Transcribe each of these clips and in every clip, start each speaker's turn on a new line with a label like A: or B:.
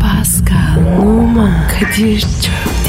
A: Pascal, Oman, Kadir çok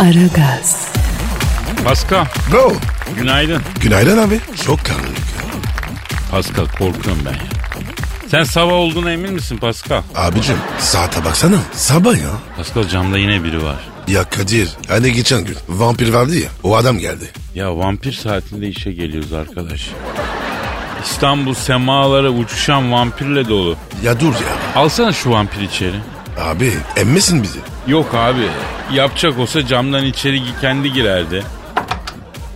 A: Aragaz,
B: Pascal,
C: No.
B: günaydın.
C: Günaydın abi. Çok karanlık. ya.
B: Pascal korkuyorum ben ya. Sen sabah olduğuna emin misin Pascal?
C: Abicim saate baksana. Sabah ya.
B: Pascal camda yine biri var.
C: Ya Kadir hani geçen gün vampir vardı ya o adam geldi.
B: Ya vampir saatinde işe geliyoruz arkadaş. İstanbul semalara uçuşan vampirle dolu.
C: Ya dur ya.
B: Alsana şu vampir içeri.
C: Abi emmesin bizi.
B: Yok abi. Yapacak olsa camdan içeri gi- kendi girerdi.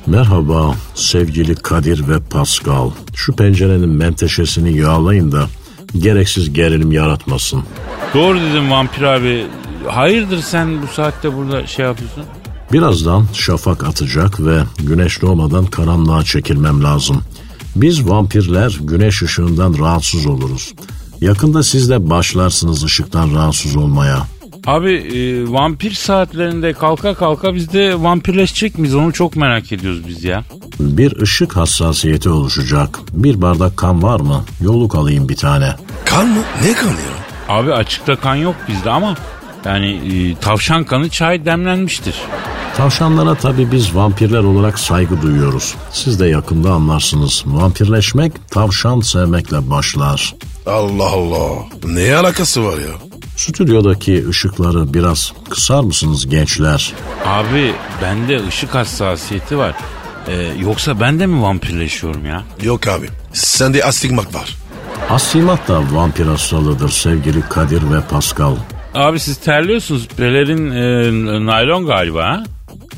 D: Merhaba sevgili Kadir ve Pascal. Şu pencerenin menteşesini yağlayın da gereksiz gerilim yaratmasın.
B: Doğru dedim vampir abi. Hayırdır sen bu saatte burada şey yapıyorsun?
D: Birazdan şafak atacak ve güneş doğmadan karanlığa çekilmem lazım. Biz vampirler güneş ışığından rahatsız oluruz. Yakında siz de başlarsınız ışıktan rahatsız olmaya.
B: Abi e, vampir saatlerinde kalka kalka biz de vampirleşecek miyiz? Onu çok merak ediyoruz biz ya.
D: Bir ışık hassasiyeti oluşacak. Bir bardak kan var mı? Yolluk alayım bir tane.
C: Kan mı? Ne kanı ya?
B: Abi açıkta kan yok bizde ama yani e, tavşan kanı çay demlenmiştir.
D: Tavşanlara tabii biz vampirler olarak saygı duyuyoruz. Siz de yakında anlarsınız. Vampirleşmek tavşan sevmekle başlar.
C: Allah Allah. Ne alakası var ya?
D: Stüdyodaki ışıkları biraz kısar mısınız gençler?
B: Abi bende ışık hassasiyeti var. E, yoksa ben de mi vampirleşiyorum ya?
C: Yok abi. Sende astigmat var.
D: Asimat da vampir hastalığıdır sevgili Kadir ve Pascal.
B: Abi siz terliyorsunuz. Pelerin e, n- naylon galiba ha?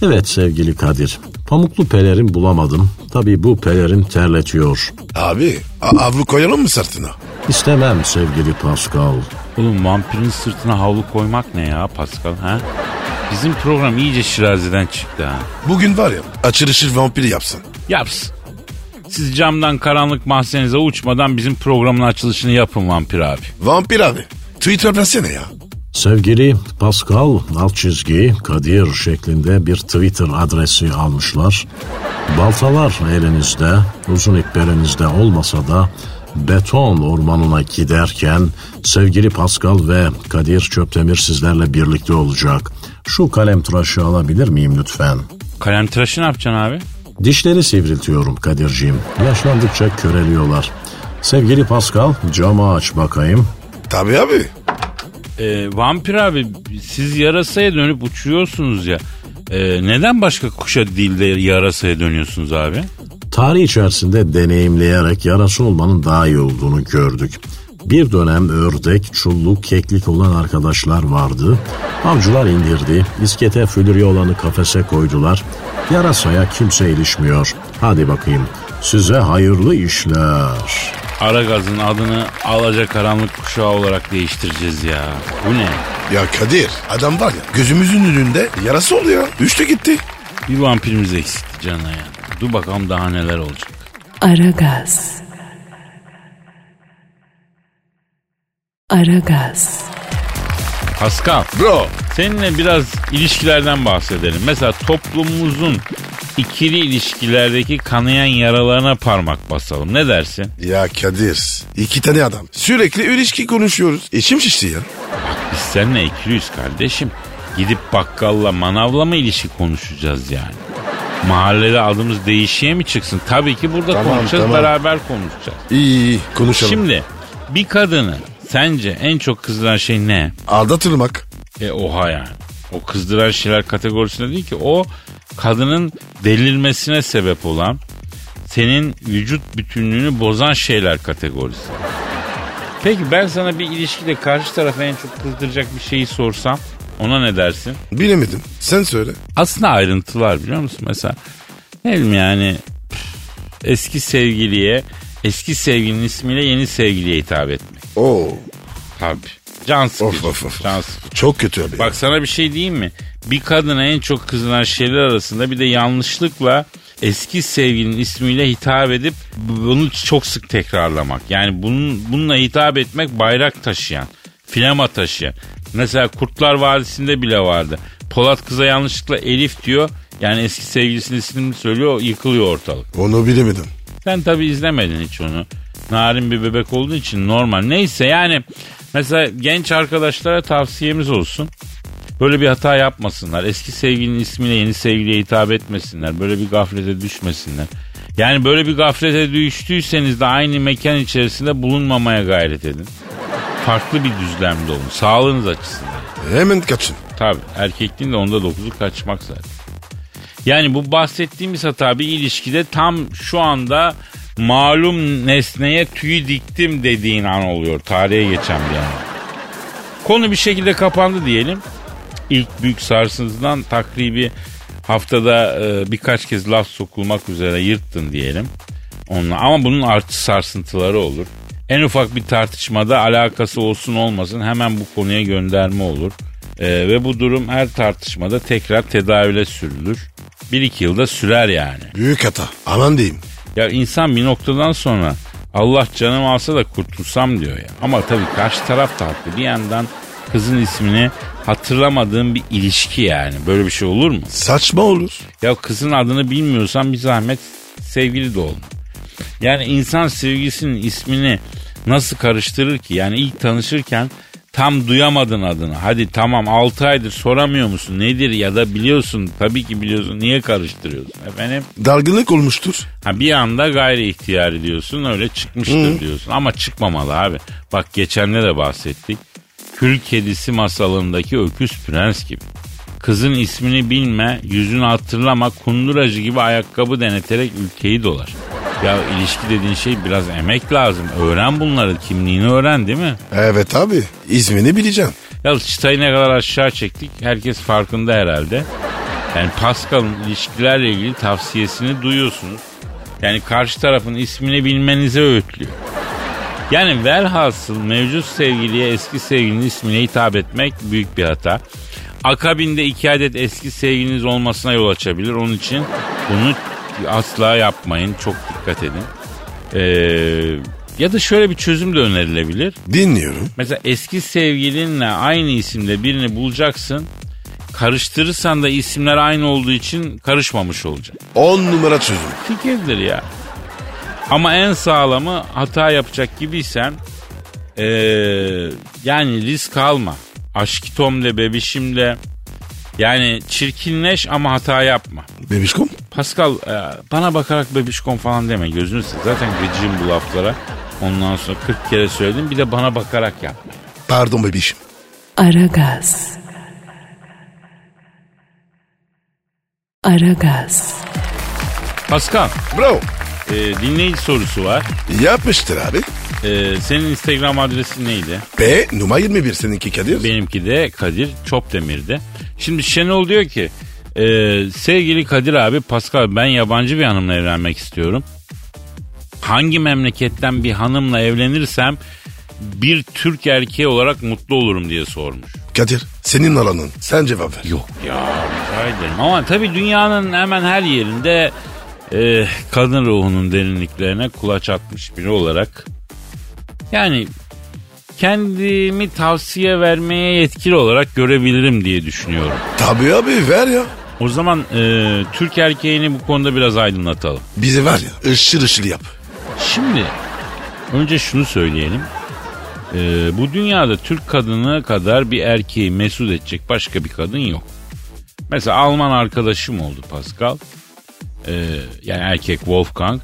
D: Evet sevgili Kadir. Pamuklu pelerin bulamadım. Tabii bu pelerin terletiyor.
C: Abi a- avlu koyalım mı sırtına?
D: İstemem sevgili Pascal.
B: Oğlum vampirin sırtına havlu koymak ne ya Pascal ha? Bizim program iyice şirazeden çıktı ha.
C: Bugün var ya açılışı vampiri yapsın.
B: Yapsın. Siz camdan karanlık mahzenize uçmadan bizim programın açılışını yapın vampir abi.
C: Vampir abi. Twitter versene ya.
D: Sevgili Pascal alt çizgi Kadir şeklinde bir Twitter adresi almışlar. Baltalar elinizde, uzun ip belinizde olmasa da beton ormanına giderken sevgili Pascal ve Kadir Çöptemir sizlerle birlikte olacak. Şu kalem tıraşı alabilir miyim lütfen?
B: Kalem tıraşı ne yapacaksın abi?
D: Dişleri sivriltiyorum Kadir'ciğim. Yaşlandıkça köreliyorlar. Sevgili Pascal camı aç bakayım.
C: Tabii abi.
B: Ee, vampir abi siz yarasaya dönüp uçuyorsunuz ya. Ee, neden başka kuşa değil de yarasaya dönüyorsunuz abi?
D: Tarih içerisinde deneyimleyerek yarası olmanın daha iyi olduğunu gördük. Bir dönem ördek, çulluk, keklik olan arkadaşlar vardı. Avcılar indirdi, iskete fülürye olanı kafese koydular. Yarasaya kimse ilişmiyor. Hadi bakayım, size hayırlı işler.
B: Aragaz'ın adını alaca karanlık kuşağı olarak değiştireceğiz ya. Bu ne?
C: Ya Kadir adam var ya gözümüzün önünde yarası oluyor. Üçte gitti.
B: Bir vampirimiz eksikti canına ya. Dur bakalım daha neler olacak.
A: Aragaz. Aragaz,
B: Pascal
C: Bro.
B: seninle biraz ilişkilerden bahsedelim. Mesela toplumumuzun ikili ilişkilerdeki kanayan yaralarına parmak basalım. Ne dersin?
C: Ya Kadir iki tane adam sürekli ilişki konuşuyoruz. İçim şişti ya.
B: Biz seninle ikiliyiz kardeşim. Gidip bakkalla manavla mı ilişki konuşacağız yani? Mahallede adımız değişiye mi çıksın? Tabii ki burada
C: Tamam,
B: konuşacağız,
C: tamam.
B: beraber konuşacağız.
C: İyi iyi konuşalım.
B: Şimdi bir kadını sence en çok kızdıran şey ne?
C: Aldatılmak.
B: E oha yani. O kızdıran şeyler kategorisinde değil ki. O kadının delirmesine sebep olan, senin vücut bütünlüğünü bozan şeyler kategorisi. Peki ben sana bir ilişkide karşı tarafa en çok kızdıracak bir şeyi sorsam ona ne dersin?
C: Bilemedim. Sen söyle.
B: Aslında ayrıntılar biliyor musun? Mesela ne bileyim yani püf, eski sevgiliye eski sevgilinin ismiyle yeni sevgiliye hitap etmek.
C: Oo.
B: Tabii. Can sıkıcı.
C: Of of of.
B: Can sıkıcı.
C: Çok kötü abi.
B: Bak sana bir şey diyeyim mi? Bir kadına en çok kızılan şeyler arasında bir de yanlışlıkla eski sevgilinin ismiyle hitap edip bunu çok sık tekrarlamak. Yani bunun, bununla hitap etmek bayrak taşıyan, flama taşıyan. Mesela Kurtlar Vadisi'nde bile vardı. Polat kıza yanlışlıkla Elif diyor. Yani eski sevgilisinin ismini söylüyor yıkılıyor ortalık.
C: Onu bilemedim.
B: Sen tabi izlemedin hiç onu. Narin bir bebek olduğu için normal. Neyse yani mesela genç arkadaşlara tavsiyemiz olsun. Böyle bir hata yapmasınlar. Eski sevgilinin ismiyle yeni sevgiliye hitap etmesinler. Böyle bir gaflete düşmesinler. Yani böyle bir gaflete düştüyseniz de aynı mekan içerisinde bulunmamaya gayret edin. Farklı bir düzlemde olun. Sağlığınız açısından.
C: Hemen kaçın.
B: Tabii erkekliğin de onda dokuzu kaçmak zaten. Yani bu bahsettiğimiz hata bir ilişkide tam şu anda malum nesneye tüyü diktim dediğin an oluyor. Tarihe geçen bir an. Konu bir şekilde kapandı diyelim. İlk büyük sarsıntıdan takribi haftada e, birkaç kez laf sokulmak üzere yırttın diyelim. Onunla. Ama bunun artı sarsıntıları olur. En ufak bir tartışmada alakası olsun olmasın hemen bu konuya gönderme olur. E, ve bu durum her tartışmada tekrar tedavüle sürülür. Bir iki yılda sürer yani.
C: Büyük hata. Aman diyeyim.
B: Ya insan bir noktadan sonra Allah canımı alsa da kurtulsam diyor ya. Ama tabii karşı taraf da haklı. Bir yandan kızın ismini hatırlamadığım bir ilişki yani. Böyle bir şey olur mu?
C: Saçma olur.
B: Ya kızın adını bilmiyorsan bir zahmet sevgili de olma. Yani insan sevgisinin ismini nasıl karıştırır ki? Yani ilk tanışırken tam duyamadın adını. Hadi tamam 6 aydır soramıyor musun? Nedir ya da biliyorsun. Tabii ki biliyorsun. Niye karıştırıyorsun efendim?
C: Dalgınlık olmuştur.
B: Ha bir anda gayri ihtiyari diyorsun öyle çıkmıştır diyorsun ama çıkmamalı abi. Bak geçenle de bahsettik. Kül kedisi masalındaki öküz prens gibi. Kızın ismini bilme, yüzünü hatırlama, kunduracı gibi ayakkabı deneterek ülkeyi dolar. Ya ilişki dediğin şey biraz emek lazım. Öğren bunları, kimliğini öğren değil mi?
C: Evet abi. İzmini bileceğim.
B: Ya çıtayı ne kadar aşağı çektik herkes farkında herhalde. Yani Pascal'ın ilişkilerle ilgili tavsiyesini duyuyorsunuz. Yani karşı tarafın ismini bilmenize öğütlüyor. Yani velhasıl mevcut sevgiliye eski sevgilinin ismine hitap etmek büyük bir hata. Akabinde iki adet eski sevgiliniz olmasına yol açabilir. Onun için bunu asla yapmayın. Çok dikkat edin. Ee, ya da şöyle bir çözüm de önerilebilir.
C: Dinliyorum.
B: Mesela eski sevgilinle aynı isimde birini bulacaksın. Karıştırırsan da isimler aynı olduğu için karışmamış olacak.
C: 10 numara çözüm.
B: Fikirdir ya. Ama en sağlamı hata yapacak gibiysen eee, yani risk alma. Aşkitomle bebişimle yani çirkinleş ama hata yapma.
C: Bebişkom.
B: Pascal e, bana bakarak bebişkom falan deme gözünü seveyim. Zaten gıcığım bu laflara. Ondan sonra 40 kere söyledim bir de bana bakarak yap.
C: Pardon bebişim.
A: Aragaz. Aragaz.
B: Pascal,
C: Bro.
B: e, dinleyici sorusu var.
C: Yapmıştır abi.
B: E, senin Instagram adresin neydi?
C: P numara 21 seninki Kadir.
B: Benimki de Kadir Çopdemir'di. Şimdi Şenol diyor ki, e, sevgili Kadir abi Pascal ben yabancı bir hanımla evlenmek istiyorum. Hangi memleketten bir hanımla evlenirsem bir Türk erkeği olarak mutlu olurum diye sormuş.
C: Kadir senin alanın. Sen cevap ver.
B: Yok ya rica ederim. Ama tabii dünyanın hemen her yerinde e, kadın ruhunun derinliklerine kulaç atmış biri olarak yani kendimi tavsiye vermeye yetkili olarak görebilirim diye düşünüyorum.
C: Tabii abi ver ya.
B: O zaman e, Türk erkeğini bu konuda biraz aydınlatalım.
C: Bizi var ya ışır ışır yap.
B: Şimdi önce şunu söyleyelim. E, bu dünyada Türk kadını kadar bir erkeği mesut edecek başka bir kadın yok. Mesela Alman arkadaşım oldu Pascal. E, yani erkek Wolfgang.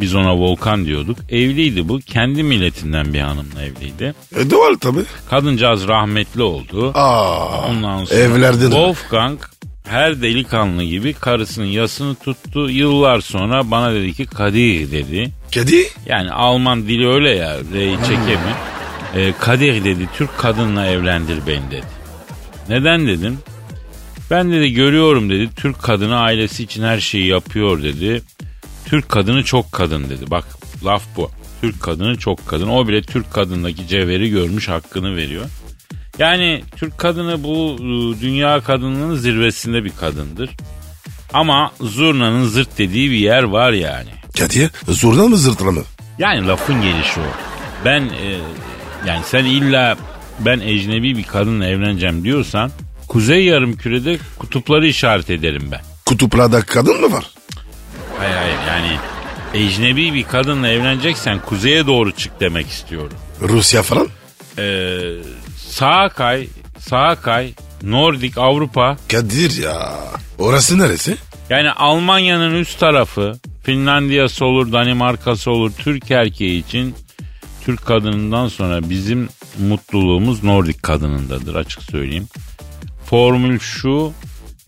B: Biz ona Volkan diyorduk. Evliydi bu. Kendi milletinden bir hanımla evliydi.
C: E, doğal tabii.
B: Kadıncağız rahmetli oldu.
C: Aa.
B: Ondan sonra
C: Evlerden.
B: Wolfgang her delikanlı gibi karısının yasını tuttu. Yıllar sonra bana dedi ki Kadir dedi.
C: Kedi.
B: Yani Alman dili öyle ya R'yi çekemi. Ee, Kadir dedi Türk kadınla evlendir beni dedi. Neden dedim? Ben dedi görüyorum dedi Türk kadını ailesi için her şeyi yapıyor dedi. Türk kadını çok kadın dedi. Bak laf bu. Türk kadını çok kadın. O bile Türk kadındaki cevheri görmüş hakkını veriyor. Yani Türk kadını bu e, dünya kadınının zirvesinde bir kadındır. Ama zurnanın zırt dediği bir yer var yani.
C: Kadir zorla mı zırtla mı?
B: Yani lafın gelişi o. Ben e, yani sen illa ben ecnebi bir kadınla evleneceğim diyorsan kuzey yarım kürede kutupları işaret ederim ben.
C: Kutuplarda kadın mı var?
B: Hayır hayır yani ecnebi bir kadınla evleneceksen kuzeye doğru çık demek istiyorum.
C: Rusya falan?
B: Ee, sağa kay, sağa kay, Nordik, Avrupa
C: Kadir ya. Orası neresi?
B: Yani Almanya'nın üst tarafı Finlandiya'sı olur, Danimarka'sı olur. Türk erkeği için Türk kadınından sonra bizim mutluluğumuz Nordik kadınındadır açık söyleyeyim. Formül şu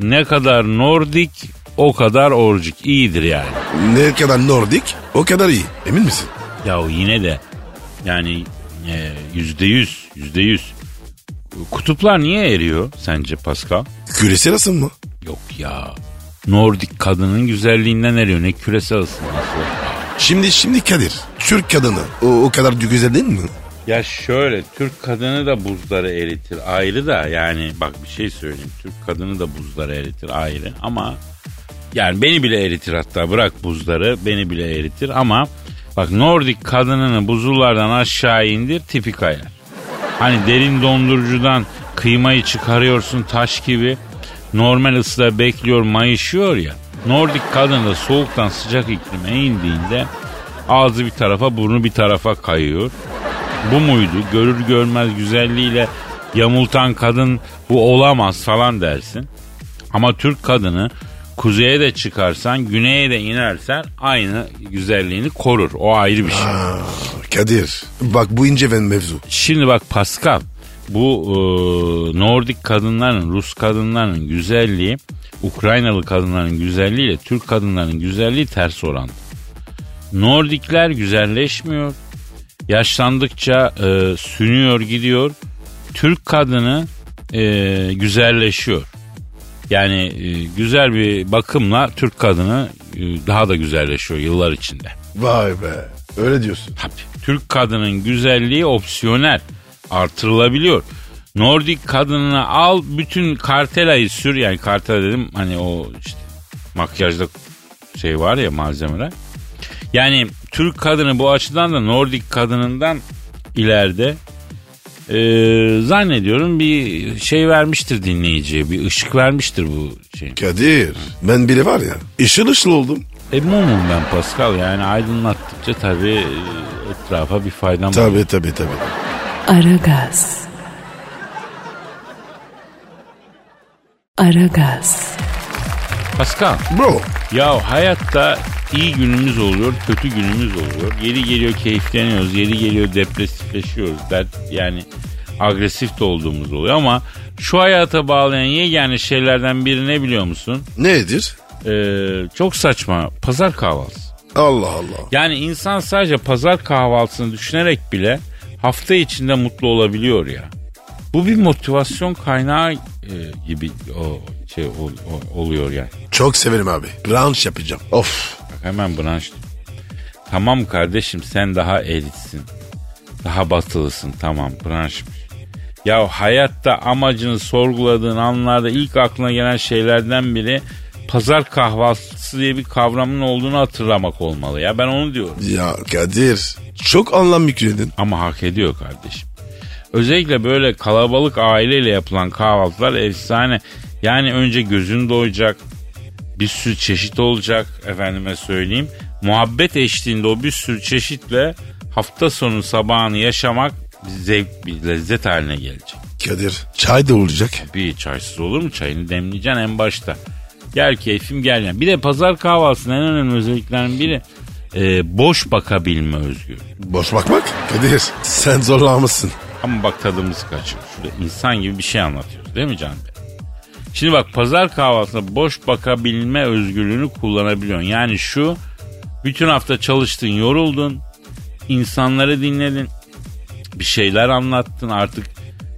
B: ne kadar Nordik o kadar orcik iyidir yani.
C: Ne kadar Nordik o kadar iyi. Emin misin?
B: Ya yine de yani e, yüzde yüz yüzde yüz. Kutuplar niye eriyor sence Pascal?
C: Küresel ısınma. mı?
B: Yok ya. Nordik kadının güzelliğinden eriyor. Ne küresel ısınması.
C: Şimdi şimdi Kadir. Türk kadını o, o kadar güzel değil mi?
B: Ya şöyle Türk kadını da buzları eritir ayrı da yani bak bir şey söyleyeyim. Türk kadını da buzları eritir ayrı ama yani beni bile eritir hatta bırak buzları beni bile eritir ama bak Nordik kadınını buzullardan aşağı indir tipi kayar. Hani derin dondurucudan kıymayı çıkarıyorsun taş gibi normal ısıda bekliyor mayışıyor ya. Nordik kadın da soğuktan sıcak iklime indiğinde ağzı bir tarafa burnu bir tarafa kayıyor. Bu muydu? Görür görmez güzelliğiyle yamultan kadın bu olamaz falan dersin. Ama Türk kadını kuzeye de çıkarsan, güneye de inersen aynı güzelliğini korur. O ayrı bir şey.
C: Kadir bak bu ince ben mevzu.
B: Şimdi bak Pascal bu e, Nordik kadınların, Rus kadınların güzelliği Ukraynalı kadınların güzelliğiyle Türk kadınların güzelliği ters oranlı. Nordikler güzelleşmiyor. Yaşlandıkça e, sünüyor gidiyor. Türk kadını e, güzelleşiyor. Yani e, güzel bir bakımla Türk kadını e, daha da güzelleşiyor yıllar içinde.
C: Vay be öyle diyorsun.
B: Tabii. Türk kadının güzelliği opsiyonel. Artırılabiliyor. Nordik kadınını al bütün kartelayı sür yani kartela dedim hani o işte makyajda şey var ya malzemeler. Yani Türk kadını bu açıdan da Nordik kadınından ileride Ee, zannediyorum bir şey vermiştir dinleyiciye bir ışık vermiştir bu şey.
C: Kadir ben biri var ya ışıl ışıl oldum.
B: E mumum ben Pascal yani aydınlattıkça tabii e, etrafa bir faydam olur.
C: Tabii tabii tabii.
A: Aragaz. Aragaz.
B: Pascal
C: Bro
B: Ya hayatta iyi günümüz oluyor, kötü günümüz oluyor. Yeri geliyor keyifleniyoruz, yeri geliyor depresifleşiyoruz. Dert, yani agresif de olduğumuz oluyor ama şu hayata bağlayan yegane şeylerden biri ne biliyor musun?
C: nedir?
B: Ee, çok saçma pazar kahvaltısı.
C: Allah Allah.
B: Yani insan sadece pazar kahvaltısını düşünerek bile hafta içinde mutlu olabiliyor ya. Bu bir motivasyon kaynağı e, gibi o şey ol- o- oluyor yani.
C: Çok severim abi. Ranch yapacağım. Of.
B: Bak hemen branş. Tamam kardeşim sen daha elitsin. Daha batılısın tamam branşmış. Ya hayatta amacını sorguladığın anlarda ilk aklına gelen şeylerden biri pazar kahvaltısı diye bir kavramın olduğunu hatırlamak olmalı ya ben onu diyorum.
C: Ya Kadir çok anlam yükledin.
B: Ama hak ediyor kardeşim. Özellikle böyle kalabalık aileyle yapılan kahvaltılar efsane. Yani önce gözün doyacak. Bir sürü çeşit olacak efendime söyleyeyim. Muhabbet eşliğinde o bir sürü çeşitle hafta sonu sabahını yaşamak bir zevk bir lezzet haline gelecek.
C: Kadir çay da olacak.
B: Bir çaysız olur mu? Çayını demleyeceksin en başta. Gel keyfim gel. Yani. Bir de pazar kahvaltısının en önemli özelliklerinden biri e, boş bakabilme özgürlüğü.
C: Boş bakmak. Kadir sen zorlamışsın.
B: Ama bak tadımız kaçıyor. Şurada insan gibi bir şey anlatıyoruz değil mi Can Bey? Şimdi bak pazar kahvaltısında boş bakabilme özgürlüğünü kullanabiliyorsun. Yani şu bütün hafta çalıştın yoruldun. insanları dinledin. Bir şeyler anlattın artık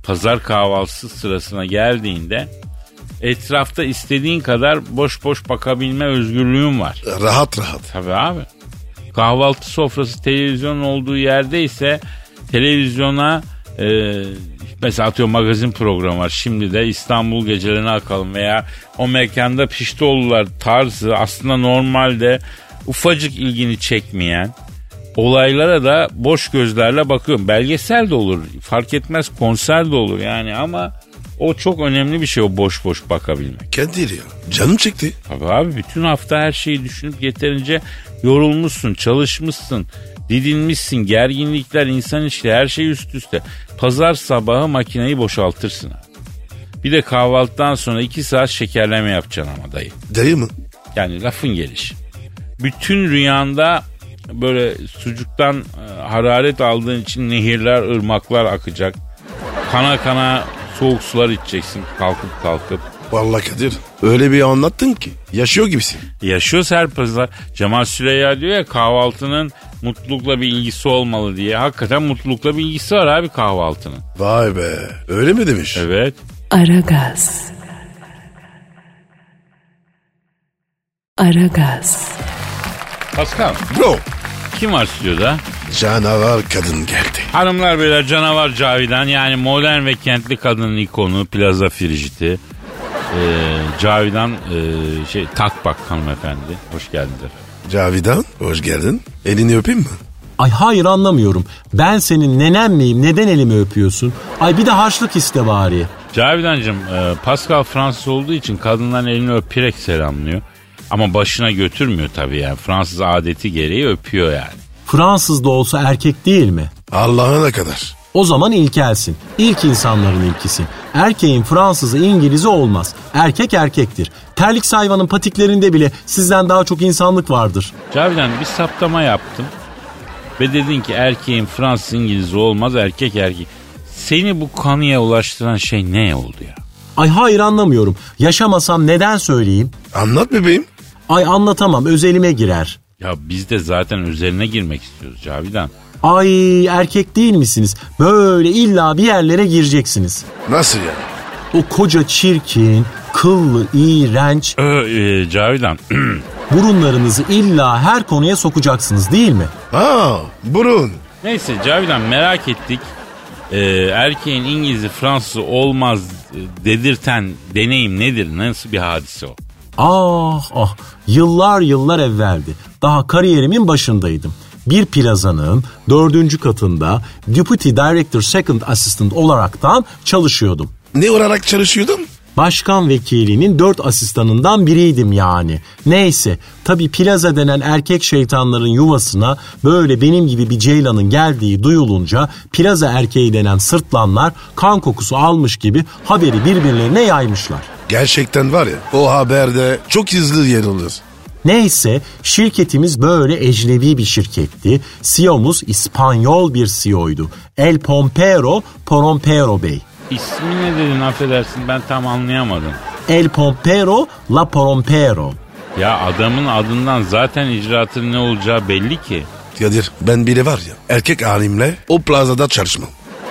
B: pazar kahvaltısı sırasına geldiğinde etrafta istediğin kadar boş boş bakabilme özgürlüğün var.
C: Rahat rahat.
B: Tabii abi. Kahvaltı sofrası televizyonun olduğu yerde ise televizyona e, Mesela atıyorum magazin programı var. Şimdi de İstanbul gecelerine akalım veya o mekanda piştolular tarzı aslında normalde ufacık ilgini çekmeyen olaylara da boş gözlerle bakıyorum. Belgesel de olur fark etmez konser de olur yani ama o çok önemli bir şey o boş boş bakabilmek.
C: Kadir ya. Canım çekti.
B: Tabii abi bütün hafta her şeyi düşünüp yeterince yorulmuşsun, çalışmışsın, didinmişsin, gerginlikler, insan ilişkileri her şey üst üste. Pazar sabahı makineyi boşaltırsın abi. Bir de kahvaltıdan sonra iki saat şekerleme yapacaksın ama dayı.
C: Dayı mı?
B: Yani lafın gelişi. Bütün rüyanda böyle sucuktan e, hararet aldığın için nehirler, ırmaklar akacak. Kana kana soğuk sular içeceksin kalkıp kalkıp.
C: Vallahi Kadir. Öyle bir anlattın ki. Yaşıyor gibisin.
B: Yaşıyoruz her pazar. Cemal Süreyya diyor ya kahvaltının mutlulukla bir ilgisi olmalı diye. Hakikaten mutlulukla bir ilgisi var abi kahvaltının.
C: Vay be. Öyle mi demiş?
B: Evet.
A: Aragaz. Aragaz.
B: Pascal
C: Bro.
B: kim var stüdyoda?
C: Canavar kadın geldi.
B: Hanımlar beyler canavar Cavidan yani modern ve kentli kadının ikonu Plaza Frijiti. Ee, Cavidan ee, şey Takbak hanımefendi. Hoş geldiniz efendim.
C: Cavidan hoş geldin. Elini öpeyim mi?
D: Ay hayır anlamıyorum. Ben senin nenen miyim? Neden elimi öpüyorsun? Ay bir de harçlık iste bari.
B: Cavidan'cığım e, Pascal Fransız olduğu için kadınların elini öperek selamlıyor. Ama başına götürmüyor tabii yani. Fransız adeti gereği öpüyor yani.
D: Fransız da olsa erkek değil mi?
C: Allah'ına kadar.
D: O zaman ilkelsin. İlk insanların ilkisin. Erkeğin Fransızı İngiliz'i olmaz. Erkek erkektir. Terlik hayvanın patiklerinde bile sizden daha çok insanlık vardır.
B: Cavidan bir saptama yaptım. Ve dedin ki erkeğin Fransız İngiliz olmaz erkek erkek. Seni bu kanıya ulaştıran şey ne oldu ya?
D: Ay hayır anlamıyorum. Yaşamasam neden söyleyeyim?
C: Anlat bebeğim.
D: Ay anlatamam özelime girer.
B: Ya biz de zaten üzerine girmek istiyoruz Cavidan.
D: Ay erkek değil misiniz? Böyle illa bir yerlere gireceksiniz.
C: Nasıl yani?
D: O koca çirkin, kıllı, iğrenç
B: Ö, e, Cavidan
D: burunlarınızı illa her konuya sokacaksınız değil mi?
C: Ha burun.
B: Neyse Cavidan merak ettik. Ee, erkeğin İngiliz'i Fransızı olmaz e, dedirten deneyim nedir? Nasıl bir hadise o?
D: Ah ah yıllar yıllar evveldi. Daha kariyerimin başındaydım. Bir plazanın dördüncü katında Deputy Director Second Assistant olaraktan çalışıyordum.
C: Ne olarak çalışıyordun?
D: Başkan vekilinin dört asistanından biriydim yani. Neyse tabi plaza denen erkek şeytanların yuvasına böyle benim gibi bir ceylanın geldiği duyulunca plaza erkeği denen sırtlanlar kan kokusu almış gibi haberi birbirlerine yaymışlar.
C: Gerçekten var ya o haberde çok hızlı yer alır.
D: Neyse şirketimiz böyle ecnebi bir şirketti. CEO'muz İspanyol bir CEO'ydu. El Pompero Porompero Bey.
B: İsmi ne dedin affedersin ben tam anlayamadım.
D: El Pompero La Porompero.
B: Ya adamın adından zaten icraatın ne olacağı belli ki.
C: Kadir ben biri var ya erkek halimle o plazada çalışmam.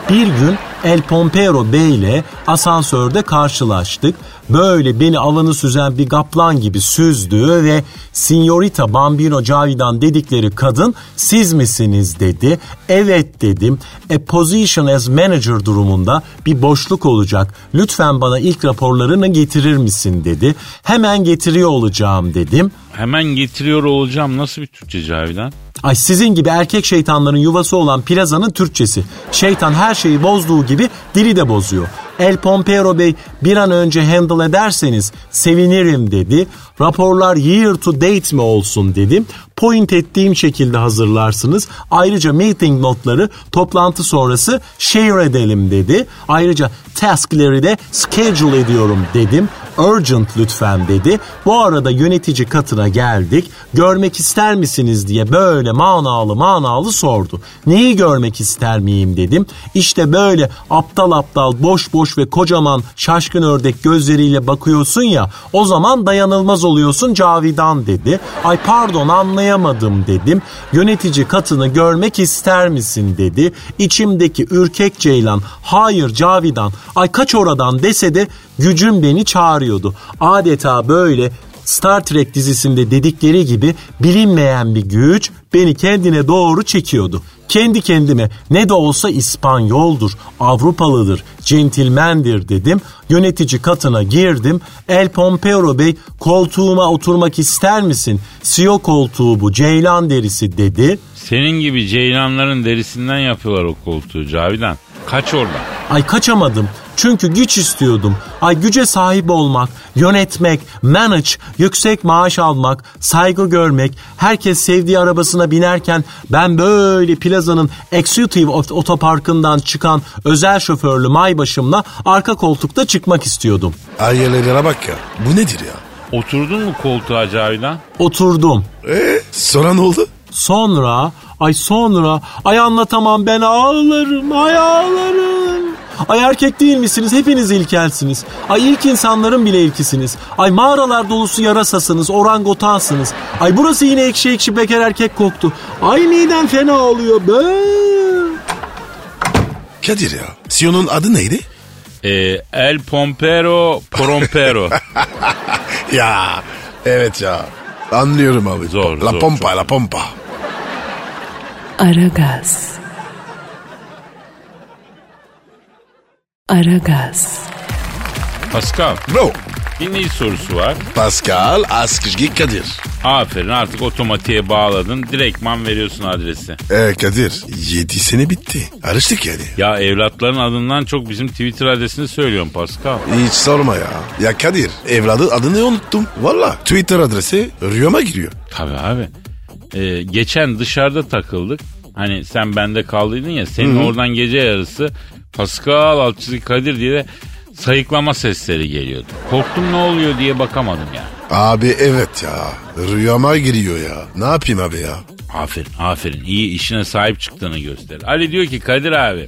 D: Bir gün El Pompero Bey ile asansörde karşılaştık. Böyle beni alanı süzen bir gaplan gibi süzdü ve Signorita Bambino Cavidan dedikleri kadın siz misiniz dedi. Evet dedim. A position as manager durumunda bir boşluk olacak. Lütfen bana ilk raporlarını getirir misin dedi. Hemen getiriyor olacağım dedim.
B: Hemen getiriyor olacağım nasıl bir Türkçe Cavidan?
D: Ay sizin gibi erkek şeytanların yuvası olan plazanın Türkçesi. Şeytan her şeyi bozduğu gibi dili de bozuyor. El Pompero Bey bir an önce handle ederseniz sevinirim dedi. Raporlar year to date mi olsun dedim. Point ettiğim şekilde hazırlarsınız. Ayrıca meeting notları toplantı sonrası share edelim dedi. Ayrıca taskleri de schedule ediyorum dedim. Urgent lütfen dedi. Bu arada yönetici katına geldik. Görmek ister misiniz diye böyle manalı manalı sordu. Neyi görmek ister miyim dedim. İşte böyle aptal aptal boş boş ve kocaman şaşkın ördek gözleriyle bakıyorsun ya o zaman dayanılmaz oluyorsun Cavidan dedi. Ay pardon anlayamadım dedim. Yönetici katını görmek ister misin dedi. İçimdeki ürkek ceylan hayır Cavidan ay kaç oradan dese de gücüm beni çağırıyordu. Adeta böyle Star Trek dizisinde dedikleri gibi bilinmeyen bir güç beni kendine doğru çekiyordu. Kendi kendime ne de olsa İspanyoldur, Avrupalıdır, centilmendir dedim. Yönetici katına girdim. El Pompeo Bey koltuğuma oturmak ister misin? Siyo koltuğu bu ceylan derisi dedi.
B: Senin gibi ceylanların derisinden yapıyorlar o koltuğu Cavidan. Kaç oradan.
D: Ay kaçamadım. Çünkü güç istiyordum. Ay güce sahip olmak, yönetmek, manage, yüksek maaş almak, saygı görmek, herkes sevdiği arabasına binerken ben böyle plazanın executive ot- otoparkından çıkan özel şoförlü maybaşımla arka koltukta çıkmak istiyordum.
C: Hayalelere bak ya. Bu nedir ya?
B: Oturdun mu koltuğa Cavidan?
D: Oturdum.
C: Eee E, sonra ne oldu?
D: Sonra, ay sonra, ay anlatamam ben ağlarım, ay ağlarım. Ay erkek değil misiniz? Hepiniz ilkelsiniz. Ay ilk insanların bile ilkisiniz. Ay mağaralar dolusu yarasasınız, orangotansınız. Ay burası yine ekşi ekşi bekar erkek koktu. Ay midem fena oluyor be.
C: Kadir ya. Siyon'un adı neydi?
B: Ee, El Pompero Prompero.
C: Ya evet ya. Anlıyorum abi.
B: Zor,
C: La
B: zor,
C: pompa la pompa.
A: Aragaz. Aragaz.
B: Pascal
C: Bro
B: dinleyici sorusu var.
C: Pascal Askışgi Kadir.
B: Aferin artık otomatiğe bağladın. Direktman veriyorsun adresi.
C: Ee Kadir 7 sene bitti. Arıştık yani.
B: Ya evlatların adından çok bizim Twitter adresini söylüyorum Pascal.
C: Hiç sorma ya. Ya Kadir evladı adını unuttum. Valla Twitter adresi rüyama giriyor.
B: Tabii abi. Ee, geçen dışarıda takıldık. Hani sen bende kaldıydın ya. Senin oradan gece yarısı Pascal Alçızı Kadir diye de sayıklama sesleri geliyordu. Korktum ne oluyor diye bakamadım ya.
C: Abi evet ya. Rüyama giriyor ya. Ne yapayım abi ya?
B: Aferin aferin iyi işine sahip çıktığını göster. Ali diyor ki Kadir abi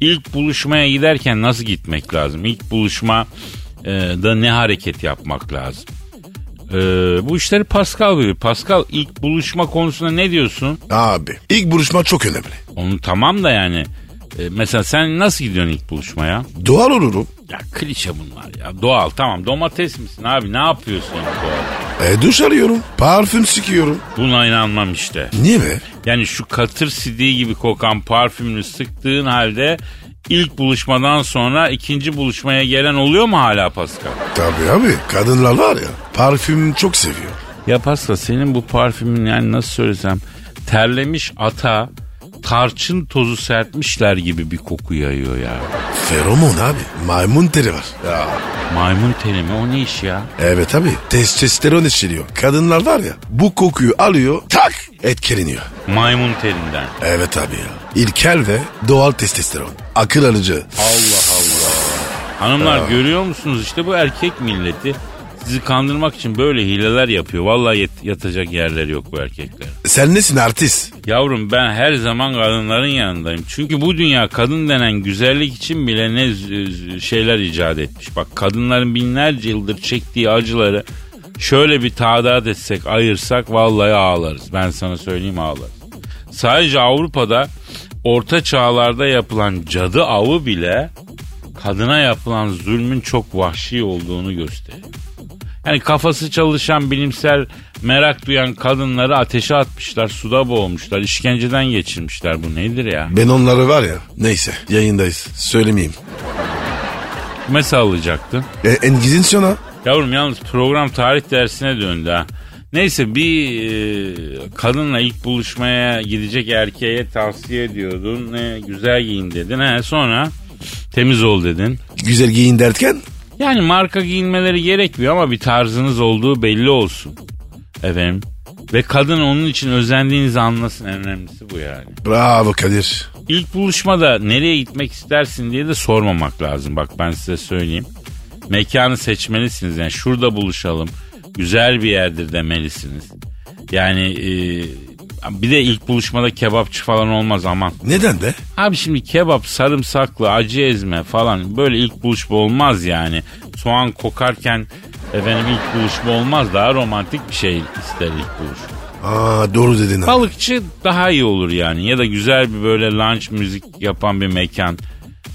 B: ilk buluşmaya giderken nasıl gitmek lazım? İlk buluşma e, da ne hareket yapmak lazım? E, bu işleri Pascal biliyor. Pascal ilk buluşma konusunda ne diyorsun?
C: Abi ilk buluşma çok önemli.
B: Onu tamam da yani. e, mesela sen nasıl gidiyorsun ilk buluşmaya?
C: Doğal olurum.
B: Ya klişe bunlar ya. Doğal tamam domates misin abi ne yapıyorsun ya doğal?
C: E, duş arıyorum. Parfüm sıkıyorum.
B: Buna inanmam işte.
C: Niye be?
B: Yani şu katır sidiği gibi kokan parfümünü sıktığın halde ilk buluşmadan sonra ikinci buluşmaya gelen oluyor mu hala Pascal?
C: Tabii abi. Kadınlar var ya. Parfüm çok seviyor.
B: Ya Pascal senin bu parfümün yani nasıl söylesem terlemiş ata tarçın tozu serpmişler gibi bir koku yayıyor ya.
C: Feromon abi. Maymun teri var. Ya.
B: Maymun teri mi o ne iş ya?
C: Evet abi. Testosteron içeriyor. Kadınlar var ya. Bu kokuyu alıyor. Tak. Etkileniyor.
B: Maymun terinden.
C: Evet abi ya. İlkel ve doğal testosteron. Akıl alıcı.
B: Allah Allah. Hanımlar görüyor musunuz işte bu erkek milleti sizi kandırmak için böyle hileler yapıyor. Vallahi yet- yatacak yerleri yok bu erkekler.
C: Sen nesin artist?
B: Yavrum ben her zaman kadınların yanındayım. Çünkü bu dünya kadın denen güzellik için bile ne z- z- şeyler icat etmiş. Bak kadınların binlerce yıldır çektiği acıları şöyle bir tadat etsek, ayırsak vallahi ağlarız. Ben sana söyleyeyim ağlarız. Sadece Avrupa'da orta çağlarda yapılan cadı avı bile kadına yapılan zulmün çok vahşi olduğunu gösteriyor. Yani Hani kafası çalışan bilimsel merak duyan kadınları ateşe atmışlar, suda boğmuşlar, işkenceden geçirmişler. Bu nedir ya?
C: Ben onları var ya. Neyse yayındayız. Söylemeyeyim.
B: Kime sallayacaktın?
C: E, Engizisyon'a.
B: Yavrum yalnız program tarih dersine döndü ha. Neyse bir e, kadınla ilk buluşmaya gidecek erkeğe tavsiye ediyordun. E, güzel giyin dedin. He, sonra temiz ol dedin.
C: Güzel giyin derken
B: Yani marka giyinmeleri gerekmiyor ama bir tarzınız olduğu belli olsun. Efendim. Ve kadın onun için özendiğinizi anlasın en önemlisi bu yani.
C: Bravo Kadir.
B: İlk buluşmada nereye gitmek istersin diye de sormamak lazım. Bak ben size söyleyeyim. Mekanı seçmelisiniz. Yani şurada buluşalım. Güzel bir yerdir demelisiniz. Yani e, bir de ilk buluşmada kebapçı falan olmaz aman.
C: Neden be?
B: Abi şimdi kebap, sarımsaklı, acı ezme falan böyle ilk buluşma olmaz yani. Soğan kokarken efendim ilk buluşma olmaz. Daha romantik bir şey ister ilk buluşma.
C: Aa doğru dedin abi.
B: Balıkçı daha iyi olur yani. Ya da güzel bir böyle lunch müzik yapan bir mekan.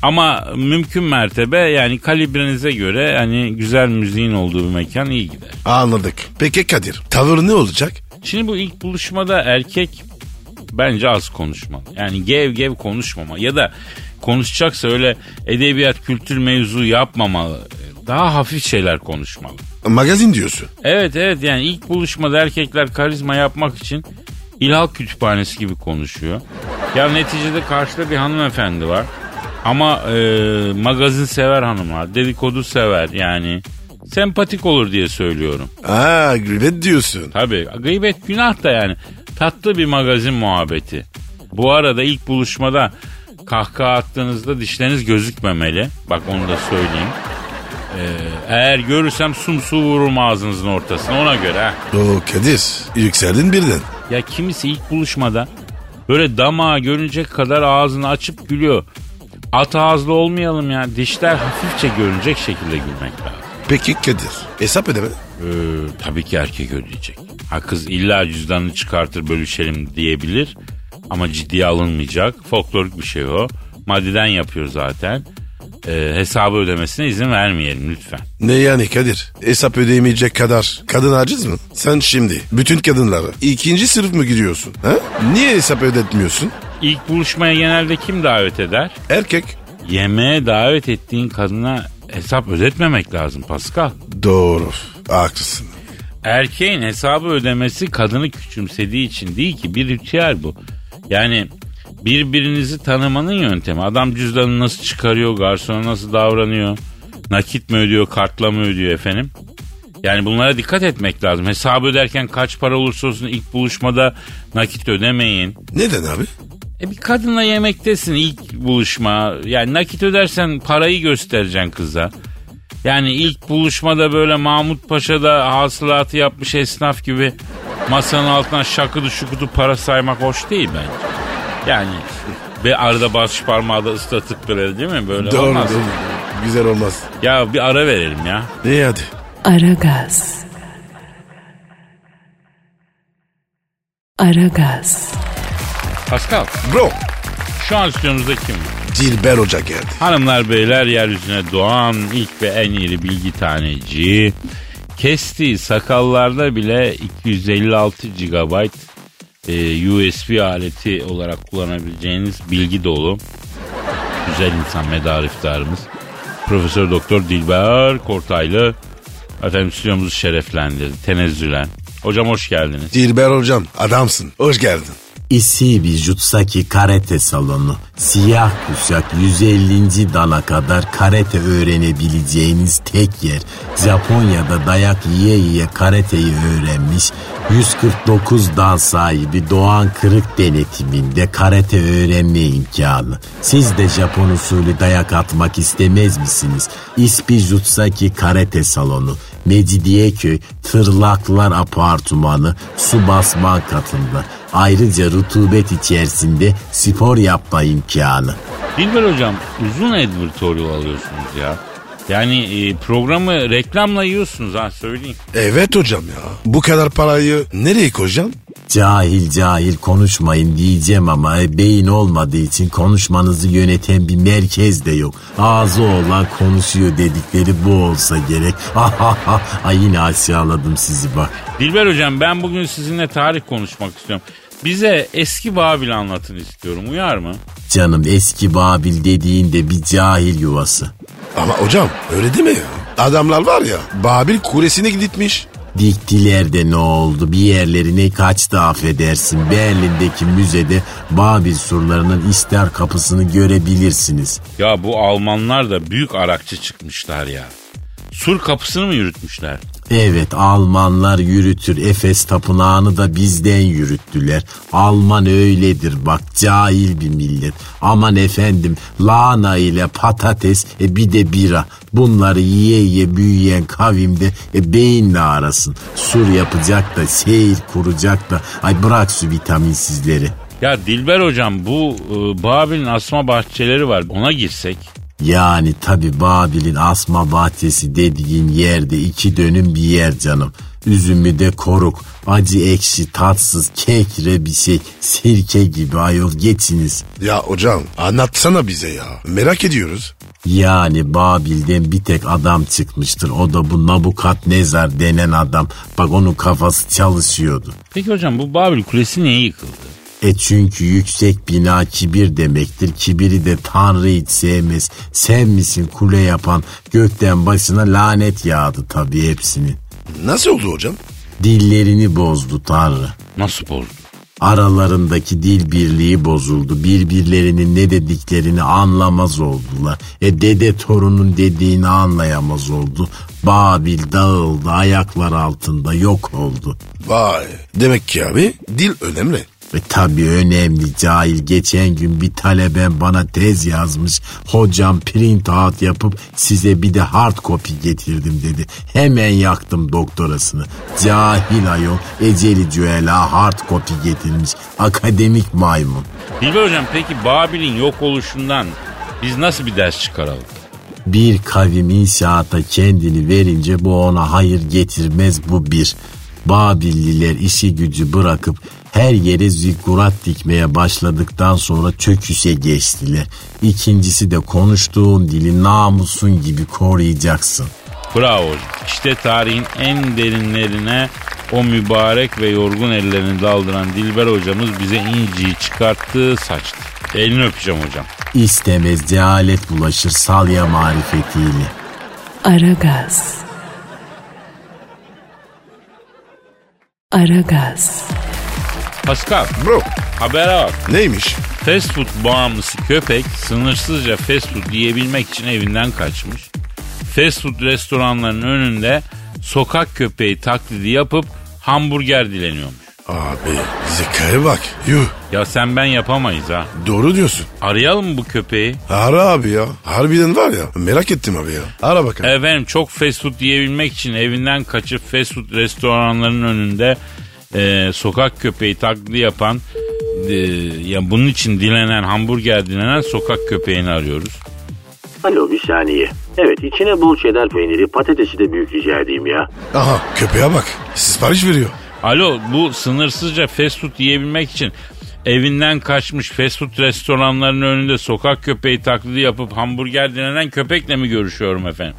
B: Ama mümkün mertebe yani kalibrenize göre hani güzel müziğin olduğu bir mekan iyi gider.
C: Anladık. Peki Kadir tavır ne olacak?
B: Şimdi bu ilk buluşmada erkek bence az konuşmalı. Yani gev gev konuşmama ya da konuşacaksa öyle edebiyat kültür mevzu yapmamalı. Daha hafif şeyler konuşmalı.
C: Magazin diyorsun.
B: Evet evet yani ilk buluşmada erkekler karizma yapmak için ilhal kütüphanesi gibi konuşuyor. Ya neticede karşıda bir hanımefendi var. Ama e, magazin sever hanımlar, dedikodu sever yani. Sempatik olur diye söylüyorum.
C: Ha gıybet diyorsun.
B: Tabii gıybet günah da yani. Tatlı bir magazin muhabbeti. Bu arada ilk buluşmada kahkaha attığınızda dişleriniz gözükmemeli. Bak onu da söyleyeyim. Ee, eğer görürsem sumsuğu vururum ağzınızın ortasına ona göre. ha.
C: Oo Kadir yükseldin birden.
B: Ya kimisi ilk buluşmada böyle damağı görünecek kadar ağzını açıp gülüyor. At ağızlı olmayalım ya. Dişler hafifçe görünecek şekilde gülmek lazım.
C: Peki Kadir hesap ödeme.
B: Ee, tabii ki erkek ödeyecek. Ha kız illa cüzdanını çıkartır bölüşelim diyebilir. Ama ciddiye alınmayacak. Folklorik bir şey o. Maddeden yapıyor zaten. Ee, hesabı ödemesine izin vermeyelim lütfen.
C: Ne yani Kadir? Hesap ödeyemeyecek kadar kadın aciz mi? Sen şimdi bütün kadınlara ikinci sınıf mı giriyorsun? Ha? Niye hesap ödetmiyorsun?
B: İlk buluşmaya genelde kim davet eder?
C: Erkek.
B: Yemeğe davet ettiğin kadına hesap ödetmemek lazım Pascal.
C: Doğru. Haklısın.
B: Erkeğin hesabı ödemesi kadını küçümsediği için değil ki bir ritüel bu. Yani birbirinizi tanımanın yöntemi. Adam cüzdanı nasıl çıkarıyor, garsona nasıl davranıyor, nakit mi ödüyor, kartla mı ödüyor efendim. Yani bunlara dikkat etmek lazım. Hesabı öderken kaç para olursa olsun ilk buluşmada nakit ödemeyin.
C: Neden abi?
B: E bir kadınla yemektesin ilk buluşma. Yani nakit ödersen parayı göstereceksin kıza. Yani ilk buluşmada böyle Mahmut Paşa'da hasılatı yapmış esnaf gibi masanın altına şakıdı şukudu para saymak hoş değil bence. Yani bir arada baş parmağı da ıslatıp böyle değil mi? Böyle
C: Doğru
B: olmaz.
C: doğru. Güzel olmaz.
B: Ya bir ara verelim ya.
C: İyi hadi.
A: Aragaz. Aragaz.
B: Pascal
C: Bro
B: şu an stüdyomuzda kim var?
C: Dilber Hoca geldi.
B: Hanımlar beyler yeryüzüne doğan ilk ve en iri bilgi taneci. Kestiği sakallarda bile 256 GB e, USB aleti olarak kullanabileceğiniz bilgi dolu. Güzel insan medar iftarımız. Profesör Doktor Dilber Kortaylı efendim stüdyomuzu şereflendirdi tenezzülen. Hocam hoş geldiniz.
C: Dilber Hocam adamsın. Hoş geldin.
D: İsi bir Jutsaki karate salonu. Siyah kuşak 150. dana kadar karate öğrenebileceğiniz tek yer. Japonya'da dayak yiye yiye karateyi öğrenmiş 149 dan sahibi Doğan Kırık denetiminde karate öğrenme imkanı. Siz de Japon usulü dayak atmak istemez misiniz? İspi Jutsaki karate salonu. Mecidiyeköy Tırlaklar Apartmanı su basma katında. Ayrıca rutubet içerisinde spor yapma imkanı.
B: Dilber hocam uzun advertorial alıyorsunuz ya. Yani e, programı reklamla yiyorsunuz ha söyleyeyim.
C: Evet hocam ya. Bu kadar parayı nereye koyacağım?
D: Cahil cahil konuşmayın diyeceğim ama e, beyin olmadığı için konuşmanızı yöneten bir merkez de yok. Ağzı olan konuşuyor dedikleri bu olsa gerek. Ay yine aşağıladım sizi bak.
B: Dilber hocam ben bugün sizinle tarih konuşmak istiyorum. Bize eski Babil anlatın istiyorum uyar mı?
D: Canım eski Babil dediğinde bir cahil yuvası.
C: Ama hocam öyle değil mi ya? Adamlar var ya Babil Kulesi'ne gitmiş.
D: Diktiler de ne oldu bir yerlerine kaçtı affedersin. Berlin'deki müzede Babil surlarının ister kapısını görebilirsiniz.
B: Ya bu Almanlar da büyük arakçı çıkmışlar ya. Sur kapısını mı yürütmüşler?
D: Evet Almanlar yürütür Efes tapınağını da bizden yürüttüler. Alman öyledir bak cahil bir millet. Aman efendim lahana ile patates e bir de bira. Bunları yiye yiye büyüyen kavimde e, beyinle arasın. Sur yapacak da seyir kuracak da ay bırak şu vitaminsizleri.
B: Ya Dilber hocam bu e, Babil'in asma bahçeleri var ona girsek.
D: Yani tabi Babil'in asma bahçesi dediğin yerde iki dönüm bir yer canım.
E: Üzümü de koruk. Acı ekşi tatsız kekre bir şey. Sirke gibi ayol geçiniz.
C: Ya hocam anlatsana bize ya. Merak ediyoruz.
E: Yani Babil'den bir tek adam çıkmıştır. O da bu Nabukadnezar denen adam. Bak onun kafası çalışıyordu.
B: Peki hocam bu Babil Kulesi niye yıkıldı?
E: E çünkü yüksek bina kibir demektir. Kibiri de Tanrı hiç sevmez. Sen misin kule yapan gökten başına lanet yağdı tabii hepsinin.
C: Nasıl oldu hocam?
E: Dillerini bozdu Tanrı.
B: Nasıl bozdu?
E: Aralarındaki dil birliği bozuldu. Birbirlerinin ne dediklerini anlamaz oldular. E dede torunun dediğini anlayamaz oldu. Babil dağıldı ayaklar altında yok oldu.
C: Vay. Demek ki abi dil önemli.
E: Ve tabii önemli cahil geçen gün bir taleben bana tez yazmış. Hocam print out yapıp size bir de hard copy getirdim dedi. Hemen yaktım doktorasını. Cahil ayol Eceli Cüela hard copy getirmiş. Akademik maymun.
B: Bilber hocam peki Babil'in yok oluşundan biz nasıl bir ders çıkaralım?
E: Bir kavim inşaata kendini verince bu ona hayır getirmez bu bir. Babilliler işi gücü bırakıp her yere zikkurat dikmeye başladıktan sonra çöküşe geçtiler. İkincisi de konuştuğun dili namusun gibi koruyacaksın.
B: Bravo hocam. İşte tarihin en derinlerine o mübarek ve yorgun ellerini daldıran Dilber hocamız bize inciyi çıkarttı saçtı. Elini öpeceğim hocam.
E: İstemez cehalet bulaşır salya marifetiyle.
A: Aragaz. Aragaz.
B: Pascal
C: Bro
B: habere bak.
C: neymiş?
B: Fast food bağımlısı köpek sınırsızca fast food yiyebilmek için evinden kaçmış. Fast food restoranlarının önünde sokak köpeği taklidi yapıp hamburger dileniyormuş.
C: Abi zekaya bak. Yuh
B: Ya sen ben yapamayız ha.
C: doğru diyorsun.
B: Arayalım mı bu köpeği?
C: Ara abi ya. Harbiden var ya. Merak ettim abi ya. Ara bakalım.
B: Efendim çok fast food yiyebilmek için evinden kaçıp fast food restoranlarının önünde e, sokak köpeği taklidi yapan e, ya bunun için dilenen hamburger dilenen sokak köpeğini arıyoruz.
F: Alo bir saniye. Evet içine bol çedar peyniri patatesi de büyük rica edeyim ya.
C: Aha köpeğe bak. Sipariş veriyor.
B: Alo bu sınırsızca fast food yiyebilmek için evinden kaçmış fast food restoranlarının önünde sokak köpeği taklidi yapıp hamburger dilenen köpekle mi görüşüyorum efendim?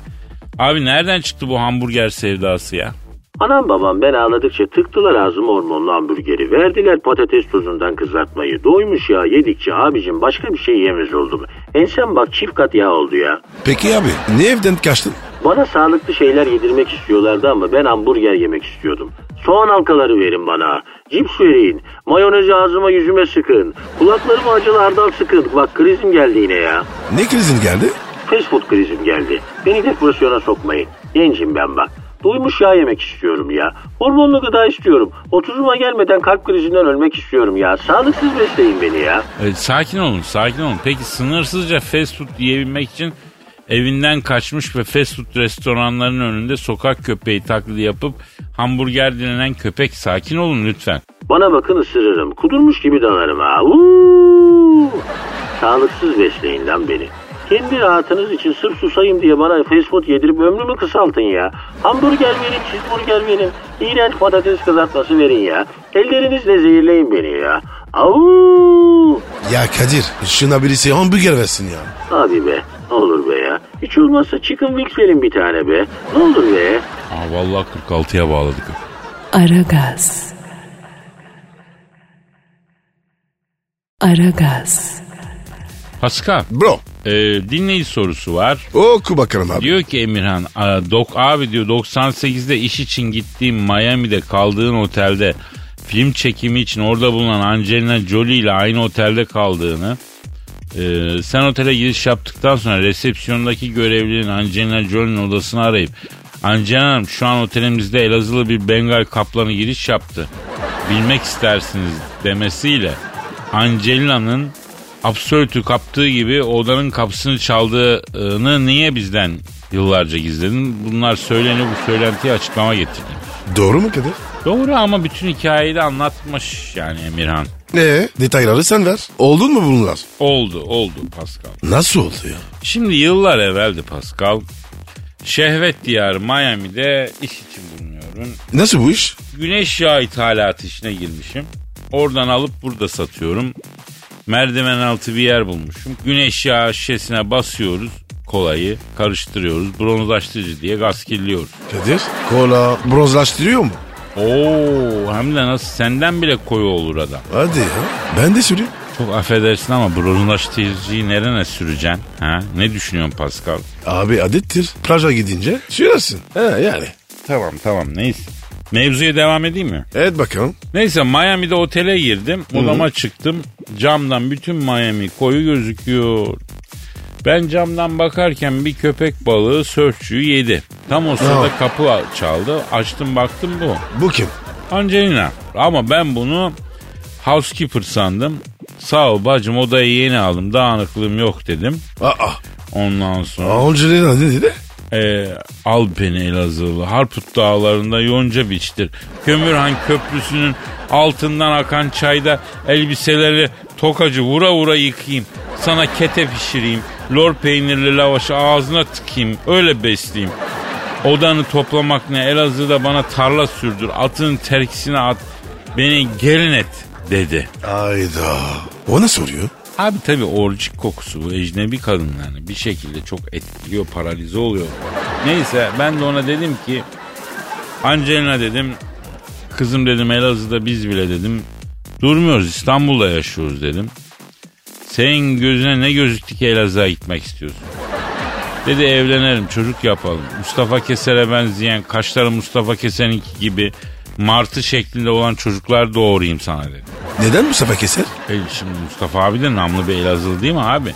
B: Abi nereden çıktı bu hamburger sevdası ya?
F: Anam babam ben ağladıkça tıktılar ağzıma hormonlu hamburgeri. Verdiler patates tuzundan kızartmayı. Doymuş ya yedikçe abicim başka bir şey yemez oldum. Ensem bak çift kat yağ oldu ya.
C: Peki abi niye evden kaçtın?
F: Bana sağlıklı şeyler yedirmek istiyorlardı ama ben hamburger yemek istiyordum. Soğan halkaları verin bana. Cips verin. Mayonezi ağzıma yüzüme sıkın. Kulaklarıma acılı hardal sıkın. Bak krizim geldi yine ya.
C: Ne krizin geldi?
F: Fast food krizim geldi. Beni depresyona sokmayın. Gencim ben bak. Doymuş yağ yemek istiyorum ya. Hormonlu gıda istiyorum. 30'uma gelmeden kalp krizinden ölmek istiyorum ya. Sağlıksız besleyin beni ya.
B: E, sakin olun, sakin olun. Peki sınırsızca fast food yiyebilmek için evinden kaçmış ve fast food restoranlarının önünde sokak köpeği taklidi yapıp hamburger dilenen köpek sakin olun lütfen.
F: Bana bakın ısırırım. Kudurmuş gibi dalarım ha. Uuu. Sağlıksız besleyin lan beni. Kendi rahatınız için sırf susayım diye bana fast food yedirip ömrümü kısaltın ya. Hamburger verin, cheeseburger verin. İğrenç patates kızartması verin ya. Ellerinizle zehirleyin beni ya. Auuu.
C: Ya Kadir şuna birisi hamburger versin ya.
F: Abi be ne olur be ya. Hiç olmazsa chicken wings verin bir tane be. Ne olur be.
B: Aa, vallahi 46'ya bağladık.
A: Aragaz. Aragaz.
B: Pascal,
C: Bro
B: e, dinleyici sorusu var.
C: oku bakalım abi.
B: Diyor ki Emirhan, "A, dok abi diyor 98'de iş için gittiğim Miami'de kaldığın otelde film çekimi için orada bulunan Angelina Jolie ile aynı otelde kaldığını e, sen otele giriş yaptıktan sonra resepsiyondaki görevlinin Angelina Jolie'nin odasını arayıp Angelina Hanım şu an otelimizde Elazığlı bir Bengal kaplanı giriş yaptı. Bilmek istersiniz demesiyle Angelina'nın Absolütü kaptığı gibi odanın kapısını çaldığını niye bizden yıllarca gizledin? Bunlar söyleni bu söylentiye açıklama getirdi.
C: Doğru mu Kadir?
B: Doğru ama bütün hikayeyi de anlatmış yani Emirhan.
C: Ee detayları sen ver. Oldun mu bunlar?
B: Oldu oldu Pascal.
C: Nasıl oldu ya?
B: Şimdi yıllar evveldi Pascal. Şehvet diyarı Miami'de iş için bulunuyorum. yapıyorum.
C: Nasıl bu iş?
B: Güneş yağı ithalatı işine girmişim. Oradan alıp burada satıyorum. Merdiven altı bir yer bulmuşum. Güneş yağı şişesine basıyoruz kolayı karıştırıyoruz. Bronzlaştırıcı diye gaz kirliyoruz.
C: Kadir. Kola bronzlaştırıyor mu?
B: Oo hem de nasıl senden bile koyu olur adam.
C: Hadi ya. Ben de süreyim.
B: Çok affedersin ama bronzlaştırıcıyı nerene süreceksin? Ha? Ne düşünüyorsun Pascal?
C: Abi adettir. Plaja gidince sürersin. He yani.
B: Tamam tamam neyse. Mevzuya devam edeyim mi?
C: Evet bakalım.
B: Neyse Miami'de otele girdim. Odama çıktım. Camdan bütün Miami koyu gözüküyor. Ben camdan bakarken bir köpek balığı sörfçüyü yedi. Tam o sırada
C: Ya.
B: kapı a- çaldı. Açtım baktım bu.
C: Bu kim?
B: Angelina. Ama ben bunu housekeeper sandım. Sağ ol bacım odayı yeni aldım. Dağınıklığım yok dedim.
C: Aa.
B: Ondan sonra...
C: Angelina ne dedi?
B: E, Alpen Elazığlı, Harput Dağları'nda yonca biçtir. Kömürhan Köprüsü'nün altından akan çayda elbiseleri tokacı vura vura yıkayayım. Sana kete pişireyim, lor peynirli lavaşı ağzına tıkayım, öyle besleyeyim. Odanı toplamak ne Elazığ'da bana tarla sürdür, atın terkisine at, beni gelin et dedi.
C: Ayda. O nasıl oluyor?
B: Abi tabii orcik kokusu bu ecnebi kadın yani bir şekilde çok etkiliyor paralize oluyor. Neyse ben de ona dedim ki Angelina dedim kızım dedim Elazığ'da biz bile dedim durmuyoruz İstanbul'da yaşıyoruz dedim. Senin gözüne ne gözüktü ki Elazığ'a gitmek istiyorsun? Dedi evlenelim çocuk yapalım. Mustafa Keser'e benzeyen kaşları Mustafa Keser'inki gibi martı şeklinde olan çocuklar doğurayım sana dedi.
C: Neden Mustafa Keser?
B: E şimdi Mustafa abi de namlı bir Elazığlı değil mi abi?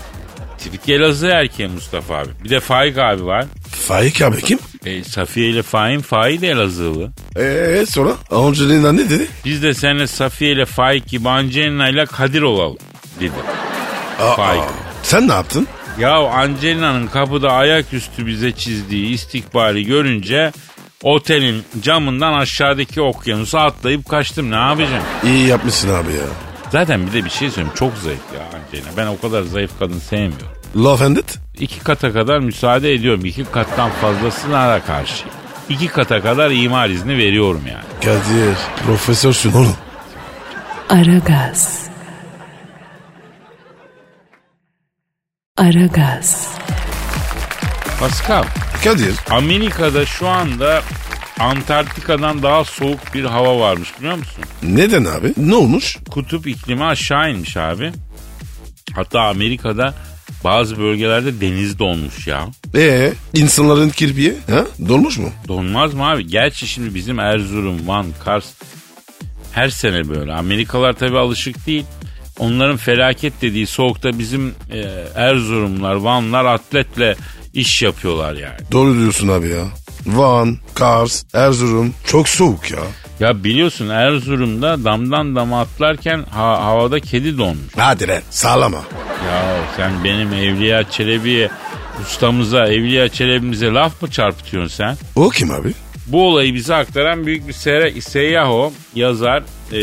B: Tipik Elazığ erkeği Mustafa abi. Bir de Faik abi var.
C: Faik abi kim?
B: E, Safiye ile Faik'in Faik de Elazığlı.
C: Eee Ee, sonra? Angelina ne dedi?
B: Biz de seninle Safiye ile Faik gibi Angelina ile Kadir olalım dedi.
C: Aa,
B: Faik.
C: Sen ne yaptın?
B: Ya Angelina'nın kapıda ayaküstü bize çizdiği istikbali görünce otelin camından aşağıdaki okyanusa atlayıp kaçtım ne yapacağım?
C: İyi yapmışsın abi ya.
B: Zaten bir de bir şey söyleyeyim çok zayıf ya Angelina. Ben o kadar zayıf kadın sevmiyorum.
C: Love ended?
B: İki kata kadar müsaade ediyorum. İki kattan fazlasına da karşı. İki kata kadar imar izni veriyorum yani.
C: Kadir profesörsün oğlum.
A: Aragaz. Aragaz.
B: Pascal,
C: Kadir
B: Amerika'da şu anda Antarktika'dan daha soğuk bir hava varmış biliyor musun?
C: neden abi? Ne olmuş?
B: Kutup iklimi aşağı inmiş abi. Hatta Amerika'da bazı bölgelerde deniz donmuş ya.
C: Ee insanların kirpiği ha? dolmuş mu?
B: Donmaz mı abi? Gerçi şimdi bizim Erzurum, Van, Kars her sene böyle. Amerikalılar tabii alışık değil. Onların felaket dediği soğukta bizim e, Erzurumlar, Vanlar atletle iş yapıyorlar yani.
C: Doğru diyorsun abi ya. Van, Kars, Erzurum çok soğuk ya.
B: Ya biliyorsun Erzurum'da damdan dama atlarken ha- havada kedi donmuş.
C: Hadi lan sağlama.
B: Ya sen benim Evliya Çelebi'ye, ustamıza, Evliya Çelebi'mize laf mı çarpıtıyorsun sen?
C: O kim abi?
B: Bu olayı bize aktaran büyük bir seyre, seyyah o. Yazar. e,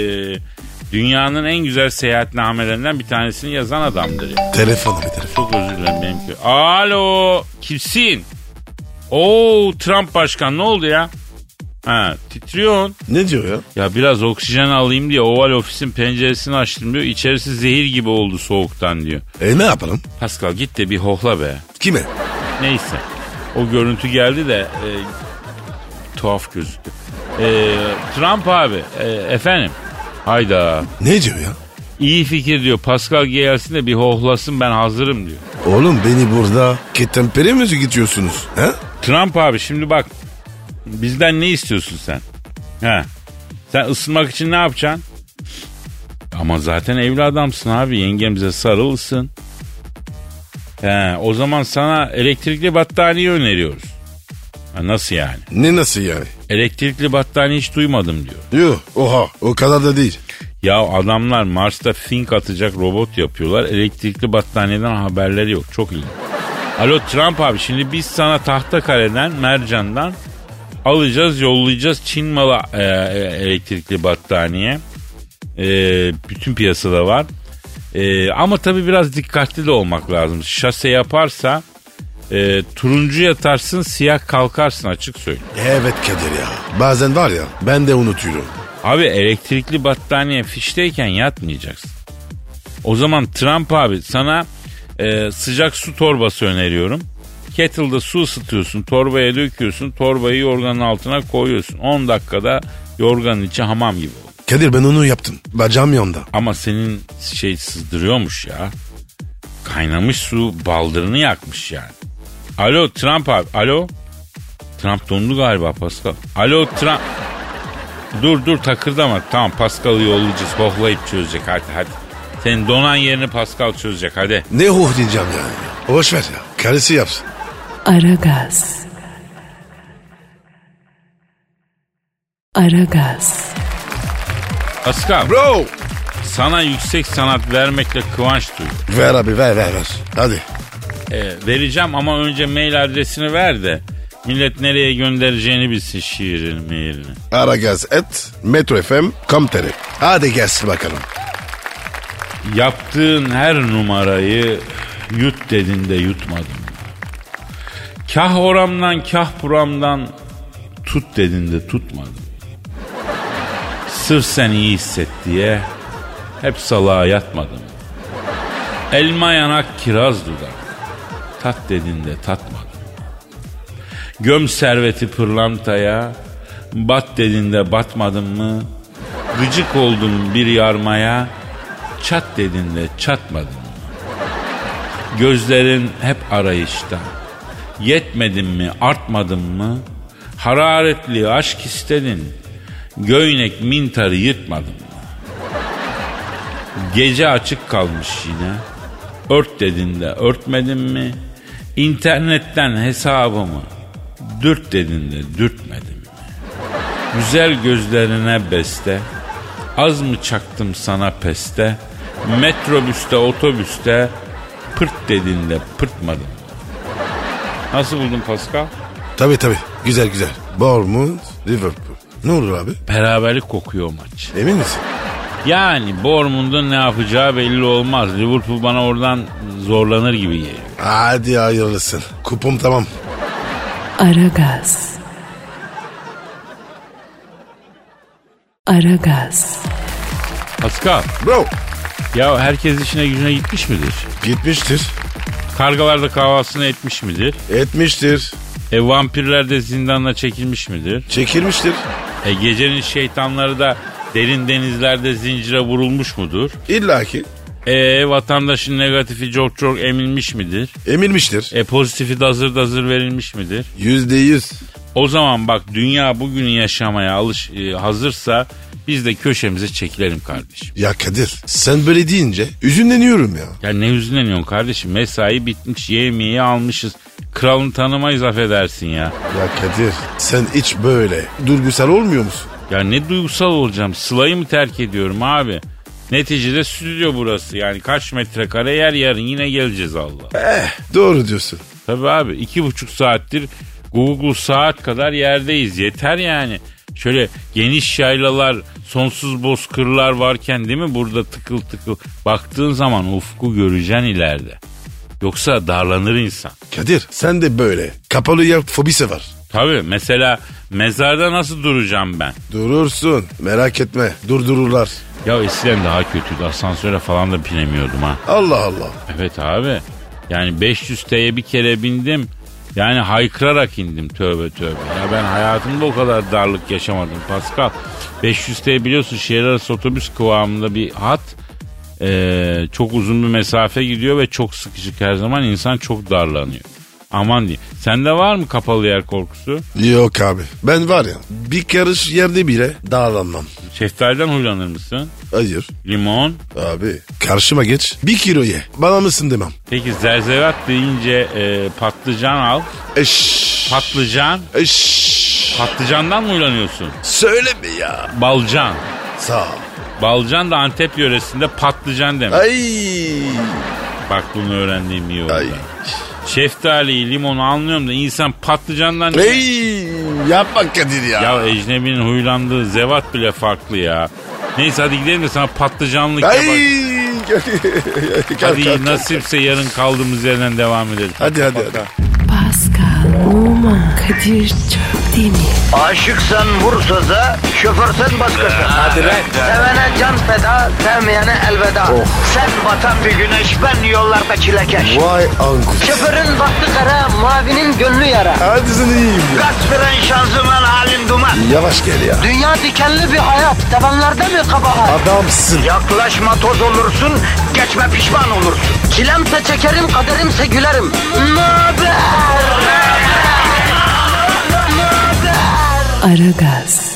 B: dünyanın en güzel seyahatnamelerinden bir tanesini yazan adamdır. ya.
C: Telefon abi telefon.
B: Çok özür dilerim benimki. Alo kimsin? Oo Trump başkan ne oldu ya? Ha titriyorsun.
C: Ne diyor ya?
B: Ya biraz oksijen alayım diye oval ofisin penceresini açtım diyor. İçerisi zehir gibi oldu soğuktan diyor.
C: E ne yapalım?
B: Pascal git de bir hohla be.
C: Kime?
B: Neyse. O görüntü geldi de e, tuhaf gözüktü. E, Trump abi e, efendim. Hayda.
C: Ne diyor ya?
B: İyi fikir diyor. Pascal gelsin de bir hohlasın ben hazırım diyor.
C: Oğlum beni burada ketempere mi gidiyorsunuz? Ha?
B: Trump abi şimdi bak. Bizden ne istiyorsun sen? He. Sen ısınmak için ne yapacaksın? Ama zaten evli adamsın abi. Yengemize sarılsın. He, o zaman sana elektrikli battaniye öneriyoruz. Ha, nasıl yani?
C: Ne nasıl yani?
B: Elektrikli battaniye hiç duymadım diyor.
C: Yok oha o kadar da değil.
B: Ya adamlar Mars'ta fink atacak robot yapıyorlar. Elektrikli battaniyeden haberleri yok. Çok ilginç. Alo Trump abi şimdi biz sana tahta kareden mercandan alacağız yollayacağız Çin malı e, e, elektrikli battaniye. E, bütün piyasada var. E, ama tabii biraz dikkatli de olmak lazım. Şase yaparsa e, turuncu yatarsın siyah kalkarsın açık söyleyeyim.
C: Evet Kadir ya. Bazen var ya ben de unutuyorum.
B: Abi elektrikli battaniye fişteyken yatmayacaksın. O zaman Trump abi sana e, sıcak su torbası öneriyorum. Kettle'da su ısıtıyorsun, torbaya döküyorsun, torbayı yorganın altına koyuyorsun. 10 dakikada yorganın içi hamam gibi olur.
C: Kadir ben onu yaptım. Bacağım yanda.
B: Ama senin şey sızdırıyormuş ya. Kaynamış su baldırını yakmış yani. Alo Trump abi. Alo. Trump dondu galiba Pascal. Alo Trump. Dur dur takırdama. Tamam Pascal'ı yollayacağız. Hohlayıp çözecek hadi hadi. Senin donan yerini Pascal çözecek hadi.
C: Ne huh diyeceğim yani. Boş ver ya. Karısı yapsın.
A: Aragaz. Aragaz.
B: Pascal
C: Bro.
B: sana yüksek sanat vermekle kıvanç duydum.
C: Ver abi ver ver ver. Hadi.
B: Ee, vereceğim ama önce mail adresini ver de millet nereye göndereceğini bilsin şiirini meyirini.
C: Aragaz et metrofm.com.tr Hadi gelsin bakalım.
B: Yaptığın her numarayı yut dedin de yutmadın. Kah oramdan kah buramdan tut dedin de tutmadın. Sırf sen iyi hisset diye hep salağa yatmadım. Elma yanak kiraz dudak. Tat dedin de tatmadım. Göm serveti pırlantaya, bat dedin de batmadım mı? Gıcık oldum bir yarmaya, çat dedin de çatmadım mı? Gözlerin hep arayışta. Yetmedin mi, artmadın mı? Hararetli aşk istedin. Göynek mintarı yırtmadın mı? Gece açık kalmış yine. Ört dedin de örtmedin mi? İnternetten hesabımı dürt dedin de dürtmedin mi? Güzel gözlerine beste. Az mı çaktım sana peste? Metrobüste, otobüste pırt dedin de pırtmadın. Nasıl buldun Pascal?
C: Tabi tabi. Güzel güzel. Bournemouth, Liverpool. Ne olur abi?
B: Beraberlik kokuyor maç.
C: Emin misin?
B: Yani Bournemouth'un ne yapacağı belli olmaz. Liverpool bana oradan zorlanır gibi geliyor.
C: Hadi hayırlısın. Kupum tamam.
A: Aragaz. Aragaz.
B: Pascal,
C: Bro.
B: ya herkes işine gücüne gitmiş midir?
C: Gitmiştir.
B: Kargalar da kahvaltısını etmiş midir?
C: Etmiştir.
B: E vampirler de zindanla çekilmiş midir?
C: Çekilmiştir.
B: E gecenin şeytanları da derin denizlerde zincire vurulmuş mudur?
C: İlla ki.
B: E vatandaşın negatifi çok çok emilmiş midir?
C: Emilmiştir.
B: E pozitifi dazır dazır verilmiş midir?
C: Yüzde yüz.
B: O zaman bak dünya bugünü yaşamaya alış e, hazırsa biz de köşemize çekilelim kardeşim.
C: Ya Kadir sen böyle deyince üzünleniyorum ya.
B: Ya ne hüzünleniyorsun kardeşim mesai bitmiş yemeği almışız. Kralını tanımayız affedersin ya.
C: Ya Kadir sen hiç böyle durgusal olmuyor musun?
B: Ya ne duygusal olacağım Sıla'yı mı terk ediyorum abi? Neticede stüdyo burası yani kaç metrekare yer yarın yine geleceğiz Allah.
C: Doğru diyorsun.
B: Tabii abi iki buçuk saattir Google saat kadar yerdeyiz. Yeter yani. Şöyle geniş yaylalar, sonsuz bozkırlar varken değil mi burada tıkıl tıkıl. Baktığın zaman ufku göreceksin ileride. Yoksa darlanır insan.
C: Kadir sen de böyle kapalı yer fobisi var.
B: Tabii mesela mezarda nasıl duracağım ben?
C: Durursun merak etme durdururlar.
B: Ya eskiden daha kötüydü. Asansöre falan da binemiyordum ha.
C: Allah Allah.
B: Evet abi. Yani 500 T'ye bir kere bindim. Yani haykırarak indim tövbe tövbe. Ya ben hayatımda o kadar darlık yaşamadım Pascal. 500 T biliyorsun şehir arası otobüs kıvamında bir hat. Ee, çok uzun bir mesafe gidiyor ve çok sıkışık her zaman insan çok darlanıyor. Aman diyeyim. Sende var mı kapalı yer korkusu?
C: Yok abi ben var ya bir karış yerde bile dağlanmam.
B: Şeftaliden huylanır mısın?
C: Hayır
B: Limon.
C: abi karşıma geç bir kilo ye bana mısın demem.
B: Peki zerzevat deyince e, patlıcan al.
C: Eş.
B: Patlıcan.
C: Eş.
B: Patlıcandan mı huylanıyorsun?
C: Söyleme ya.
B: Balcan.
C: Sağ ol.
B: Balcan da Antep yöresinde patlıcan demek.
C: Ay.
B: Bak bunu öğrendiğim iyi oldu.
C: Ay.
B: Şeftaliyi, limonu anlıyorum da insan patlıcandan...
C: Ey. Yapma Kadir ya.
B: Ya ecnebinin huylandığı zevat bile farklı ya. Neyse hadi gidelim de sana patlıcanlı kebap...
C: Ay. Kalk, kalk,
B: Hadi
C: kalk.
B: nasipse yarın kaldığımız yerden devam edelim.
C: Hadi hadi. hadi.
A: Oman Kadir çok değil mi?
G: Aşıksan vursa da şoförsen başkasın. Hadi
H: lan.
G: Sevene can feda, sevmeyene elveda. Sen batan bir güneş, ben yollarda çilekeş.
C: Vay anku.
G: Şoförün baktı kara, mavinin gönlü yara.
C: Hadi sen iyiyim ya.
G: Kasperen şanzıman halin duman.
C: Yavaş gel ya.
G: Dünya dikenli bir hayat, sevenlerde mi kabahar?
C: Adamsın.
G: Yaklaşma toz olursun, geçme pişman olursun. Çilemse çekerim, kaderimse gülerim. Möber!
A: Aragaz.